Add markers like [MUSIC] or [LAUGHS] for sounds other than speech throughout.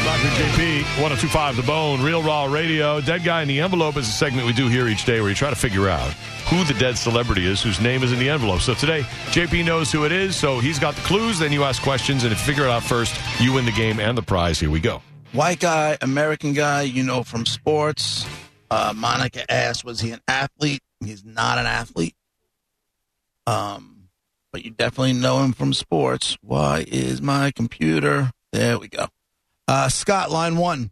JP, 1025 The Bone, Real Raw Radio. Dead Guy in the Envelope is a segment we do here each day where you try to figure out who the dead celebrity is whose name is in the envelope. So today, JP knows who it is, so he's got the clues. Then you ask questions, and if you figure it out first, you win the game and the prize. Here we go. White guy, American guy, you know from sports. Uh, Monica asked, was he an athlete? He's not an athlete. Um, but you definitely know him from sports. Why is my computer? There we go. Uh, Scott, line one.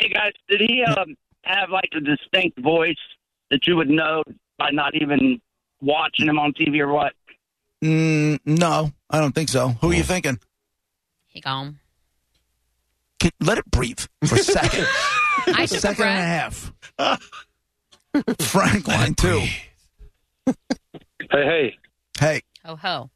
Hey guys, did he um, have like a distinct voice that you would know by not even watching him on TV or what? Mm, no, I don't think so. Who are you thinking? [LAUGHS] He gone. Can- Let it breathe for a second. I took a second and a breath. half. Frank, line two. Hey, hey, Hey, Ho Oh, ho.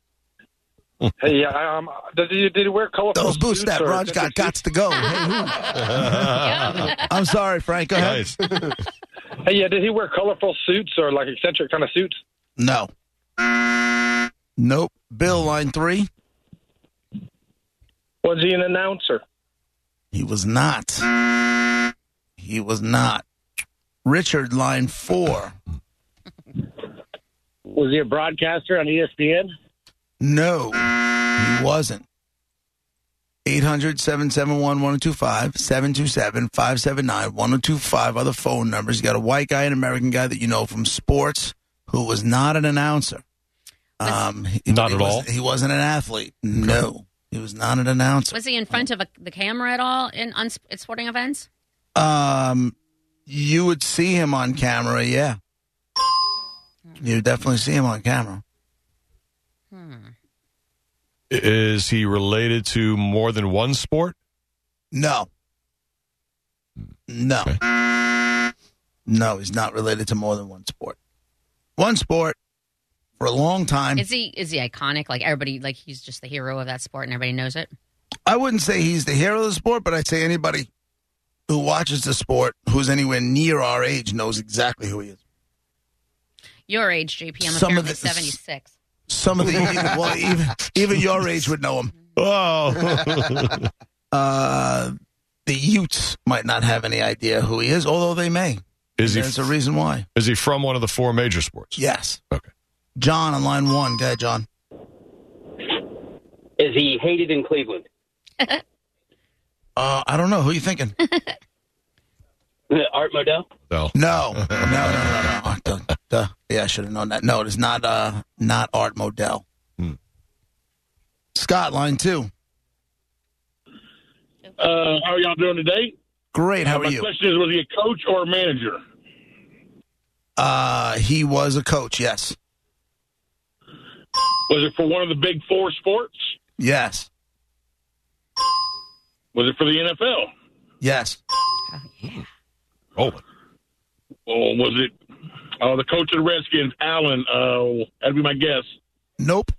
hey! Yeah, I, um, did you did you wear colorful? those boots suits that or- Raj got got to go. Hey, who- Yeah. I'm sorry, [LAUGHS] Frank. Go ahead. Nice. Hey, yeah, did he wear colorful suits or like eccentric kind of suits? No. Nope. Bill, line three. Was he an announcer? He was not. He was not. Richard, line four. Was he a broadcaster on E [LAUGHS] ESPN? No, he wasn't. 800 771 1025, 727 579 1025 are the phone numbers. You got a white guy, an American guy that you know from sports who was not an announcer. Um, he- Not he at was- all? He wasn't an athlete. No, he was not an announcer. Was he in front of a, the camera at all in on, sp- at sporting events? Um, you would see him on camera, yeah. You would definitely see him on camera. is he related to more than one sport? No. No. No, he's not related to more than one sport. One sport for a long time. Is he is he iconic? Like everybody, like he's just the hero of that sport, and everybody knows it. I wouldn't say he's the hero of the sport, but I'd say anybody who watches the sport who's anywhere near our age knows exactly who he is. Your age, JP. I'm Some of apparently the- seventy six. Some of the even, well, even, even your age would know him. Oh. Uh, the Utes might not have any idea who he is, although they may. [LAUGHS] is, he, There's a reason why. is he from one of the four major sports? Yes. Okay. John on line one. Go ahead, John. Is he hated in Cleveland? [LAUGHS] Uh, I don't know. Who you thinking? Art Modell? No. [LAUGHS] No. No, no, no, no. Oh, duh, duh. Yeah, I should have known that. No, it is not uh, not Art Modell. Hmm. Scott, line two. Uh, how are y'all doing today? Great. How My are you? question is, was he a coach or a manager? Uh, he was a coach. Yes. Was it for one of the big four sports? Yes. Was it for the NFL? Yes. Oh yeah. Oh, Or was it uh, the coach of the Redskins, Allen? Uh, that'd be my guess. Nope.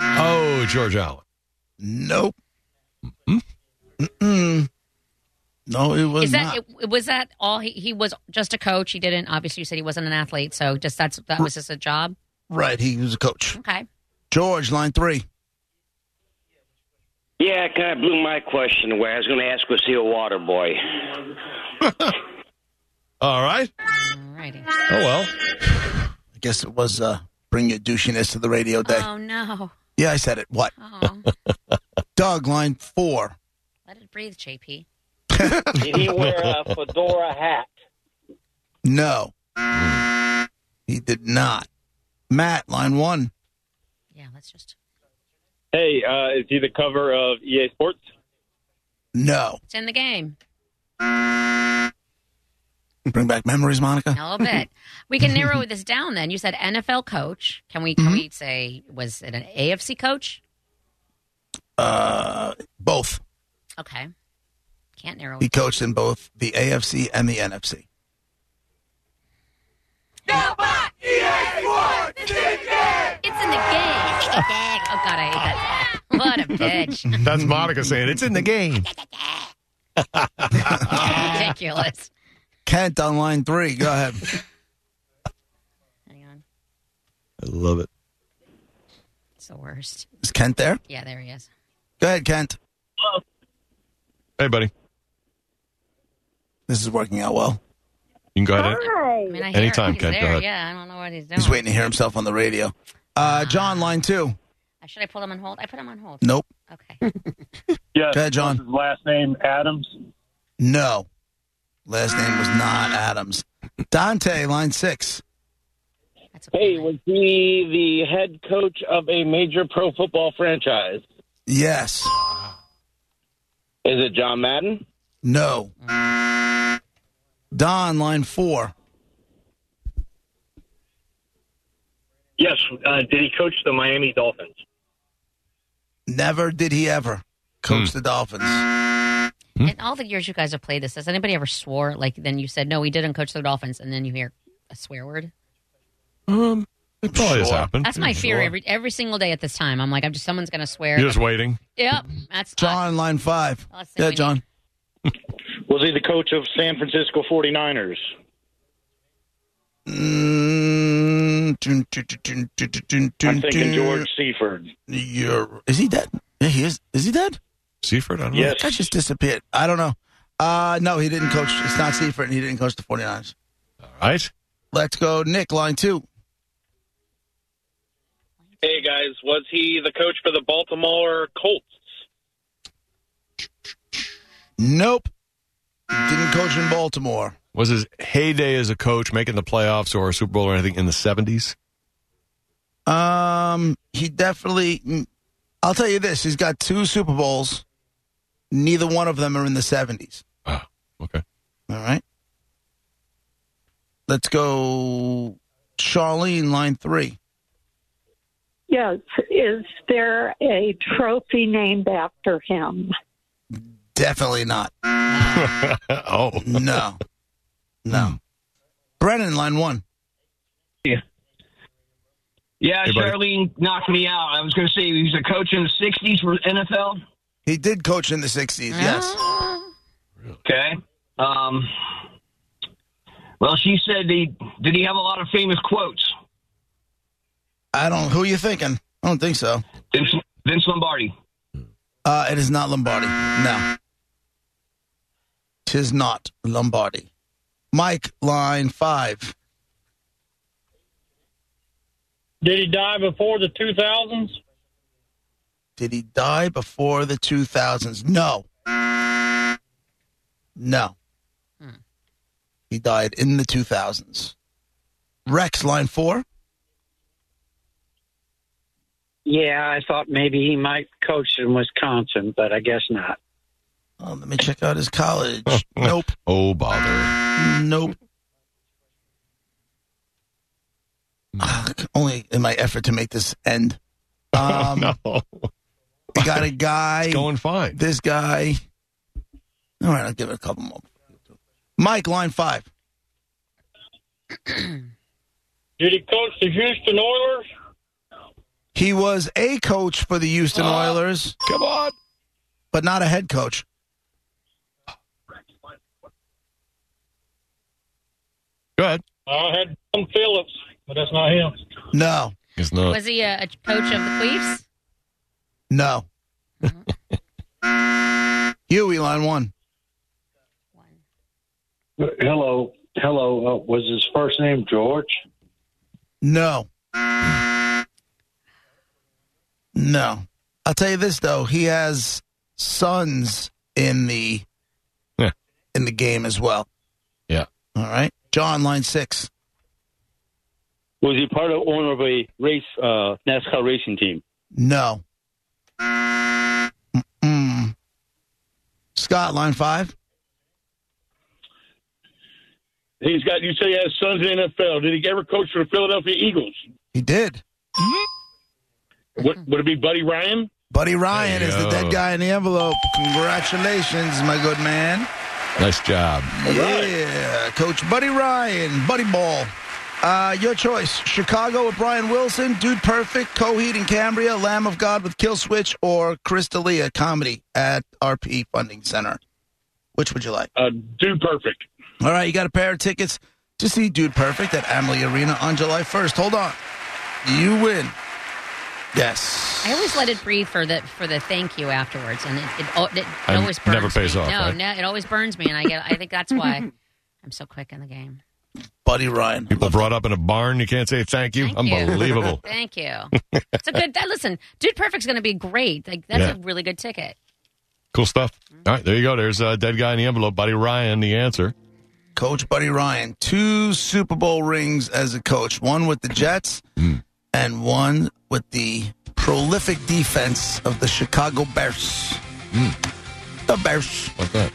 oh George Allen. Nope. Hmm? Mm-mm. No, it was Is not. that it, was that all? He, he was just a coach. He didn't obviously. You said he wasn't an athlete, so just that's that was just a job. right. He was a coach. Okay. George, line three. Yeah, it kind of blew my question away. I was going to ask, was he a water boy? All right. Alrighty. Oh, well. I guess it was uh, bring your douchiness to the radio day. Oh no. yeah, I said it. What? [LAUGHS] Oh, Doug, line four. let it breathe, JP. Did he wear a fedora hat? No. He did not. Matt, line one. Yeah, let's just. Hey, uh, is he the cover of EA Sports? No. It's in the game. Bring back memories, Monica. A little bit. We can narrow [LAUGHS] this down then. You said NFL coach. Can we can Mm-hmm. we say was it an AFC coach? Uh, both. Okay. Can't narrow He it. coached in both the AFC and the NFC. It's in the game. It's in the game. Oh god, I hate that. [LAUGHS] What a [LAUGHS] [LAUGHS] bitch. That's Monica saying it's in the game. Ridiculous. Kent on line three. Go ahead. Hang on. I love it. It's the worst. Is Kent there? Yeah, there he is. Go ahead, Kent. Hey, buddy. You This is working out well. can go ahead. I mean, I hear Anytime, he's Kent, there. go ahead. Yeah, I don't know what he's doing. He's waiting to hear himself on the radio. Uh, John, line two. Uh, Should I pull him on hold? I put him on hold. Nope. Okay. Yes. Go ahead, John. His last name Adams. No. Last name was not Adams. Dante, line six. That's okay. Hey, was he the head coach of a major pro football franchise? Yes. Is it John Madden? No. Don, line four. Yes. Uh, did he coach the Miami Dolphins? Never did he ever coach the Dolphins. In all the years you guys have played this, has anybody ever swore? Like, then you said, no, we didn't coach the Dolphins, and then you hear a swear word? Um, it probably has Sure. happened. That's my fear Sure. every every single day at this time. I'm like, I'm just someone's gonna swear. You're just waiting. Yep, that's John, line five. Let's see, Yeah, we need- John. Was he the coach of San Francisco 49ers? Mm, dun, dun, dun, dun, dun, dun, dun, I'm thinking dun. George Seaford. You're, is he dead? Yeah, he is. Is he dead? Seaford, I don't Yes. That guy just disappeared. I don't know. Uh, no, he didn't coach. It's not Seifert, and he didn't coach the 49ers. know. All right. Let's go, Nick, line two. Hey guys, was he the coach for the Baltimore Colts? Nope. Didn't coach in Baltimore. Was his heyday as a coach making the playoffs or a Super Bowl or anything in the 70s? Um, he definitely. mm, I'll tell you this: he's got two Super Bowls. Neither one of them are in the seventies. Oh, okay. [LAUGHS] All right. Let's go, Charlene. Line three. Yes. Is there a trophy named after him? Definitely not. oh. No. no. Brennan. Line one. Yeah, Hey, buddy. Charlene knocked me out. I was going to say he was a coach in the '60s for NFL. He did coach in the sixties. Yes. Ah. Okay. Um, well, she said he did. He have a lot of famous quotes. I don't. Who you thinking? I don't think so. Vince, Vince Lombardi. Uh, it is not Lombardi. No. Tis not Lombardi. Mike, line five. Did he die before the 2000s? Did he die before the 2000s? No. No. Hmm. He died in the 2000s. Rex, line four. Yeah, I thought maybe he might coach in Wisconsin, but I guess not. Oh, let me check out his college. nope. Oh, bother. Nope. Ah, only in my effort to make this [LAUGHS] end. Um, Oh, no. We got a guy. Going fine. This guy. All right, I'll give it a couple more. Mike, line five. Did he coach the Houston Oilers? He was a coach for the Houston Oilers, Come on. but not a head coach. Go ahead. I had Tom Phillips, but that's not him. No, It's not. Was he a, a coach of the Queefs? no. Huey, line one. One. Hello, hello. Uh, was his first name George? No. No. I'll tell you this though, he has sons in the Yeah. in the game as well. Yeah. All right. John, line six. Was he part of owner of a race uh, NASCAR racing team? No. Mm-mm. Scott, line five. He's got. You say he has sons in the NFL. Did he ever coach for the Philadelphia Eagles? Mm-hmm. He did. Would, would it be Buddy Ryan? Buddy Ryan There you is go. the dead guy in the envelope. Congratulations, my good man. Nice job. yeah, Coach Buddy Ryan, Buddy Ball. Uh, your choice: Chicago with Brian Wilson, Dude Perfect, Coheed and Cambria, Lamb of God with Kill Switch, or Crystalia comedy at RP Funding Center. Which would you like? Uh, dude, perfect. All right, you got a pair of tickets to see Dude Perfect at Amalie Arena on July 1st. Hold on. You win Yes. I always let it breathe for the for the thank you afterwards, and it it, al- it, And always burns never pays me. off, No, right? no, it always burns me, and I get. I think [LAUGHS] that's why I'm so quick in the game. Buddy Ryan. People brought up in a barn, you can't say thank you. Thank you. [LAUGHS] Unbelievable. Thank you. It's a good. That, listen, Dude Perfect's going to be great. Like that's Yeah. a really good ticket. cool stuff. All right, there you go. There's uh, dead guy in the envelope, buddy Ryan. The answer. Coach Buddy Ryan, two Super Bowl rings as a coach, one with the Jets Hmm. and one with the prolific defense of the Chicago Bears. Hmm. The Bears. Like that.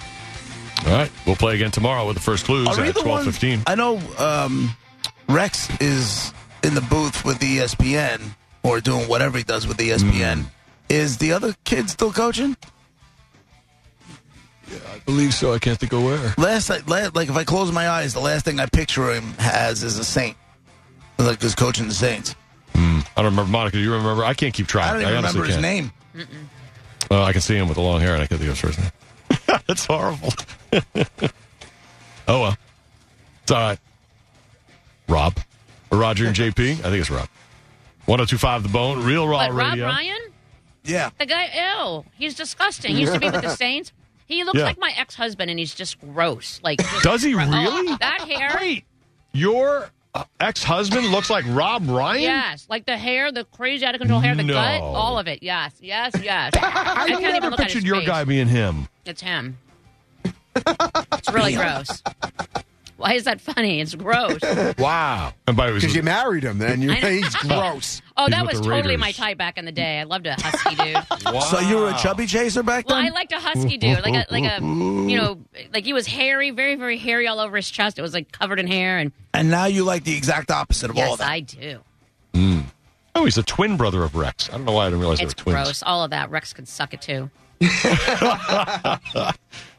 All right, we'll play again tomorrow with the first clues Are we at the twelve ones- fifteen. I know um, Rex is in the booth with E ESPN or doing whatever he does with E ESPN. Hmm. Is the other kid still coaching? I believe so. I can't think of where. Last, I- la like if I close my eyes, the last thing I picture him as is a Saint, like he's coaching the Saints. I don't remember. Monica, do you remember? I can't keep track. I don't even honestly remember his can't. name. Uh, I can see him with the long hair, and I can't think of his first name. [LAUGHS] That's horrible. [LAUGHS] oh well, it's all right. Rob, or Roger and JP. I think it's Rob. One zero two five. The Bone, Real Raw but Radio. Rob Ryan, Yeah. the guy, ew, he's disgusting. He used to be [LAUGHS] with the Saints. He looks Yeah. like my ex husband, and he's just gross. Like just Does he gro- oh, really? that hair. Wait, your ex husband looks like Rob Ryan? Yes, like the hair, the crazy out of control hair, the No. gut, all of it. Yes, yes, [LAUGHS] yes. I, can't even never look at pictured his your face. guy being him. It's him. It's really [LAUGHS] gross. Why is that funny? It's gross. Wow. And by the way, Because you married him, and you I know. he's gross. [LAUGHS] Oh, He's that with was the totally Raiders. my type back in the day. I loved a [LAUGHS] husky dude. So you were a chubby chaser back Well, then? I liked a husky dude, like a like a you know, like he was hairy, very very hairy all over his chest. It was like covered in hair, and and now you like the exact opposite of all yes, that. I do. Oh, he's the twin brother of Rex. I don't know why I didn't realize It's they were twins. gross. All of that. Rex could suck it too.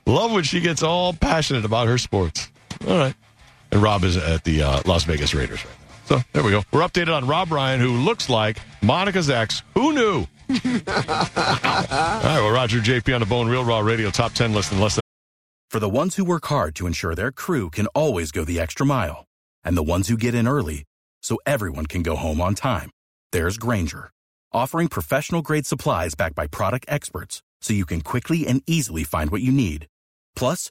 Love when she gets all passionate about her sports. All right. And Rob is at the uh, Las Vegas Raiders right now. So there we go. We're updated on Rob Ryan, who looks like Monica's ex. Who knew? [LAUGHS] Wow. All right. Well, Roger JP on the Bone Real Raw Radio top 10 list in less than For the ones who work hard to ensure their crew can always go the extra mile, and the ones who get in early so everyone can go home on time, there's Granger, offering professional grade supplies backed by product experts so you can quickly and easily find what you need. Plus,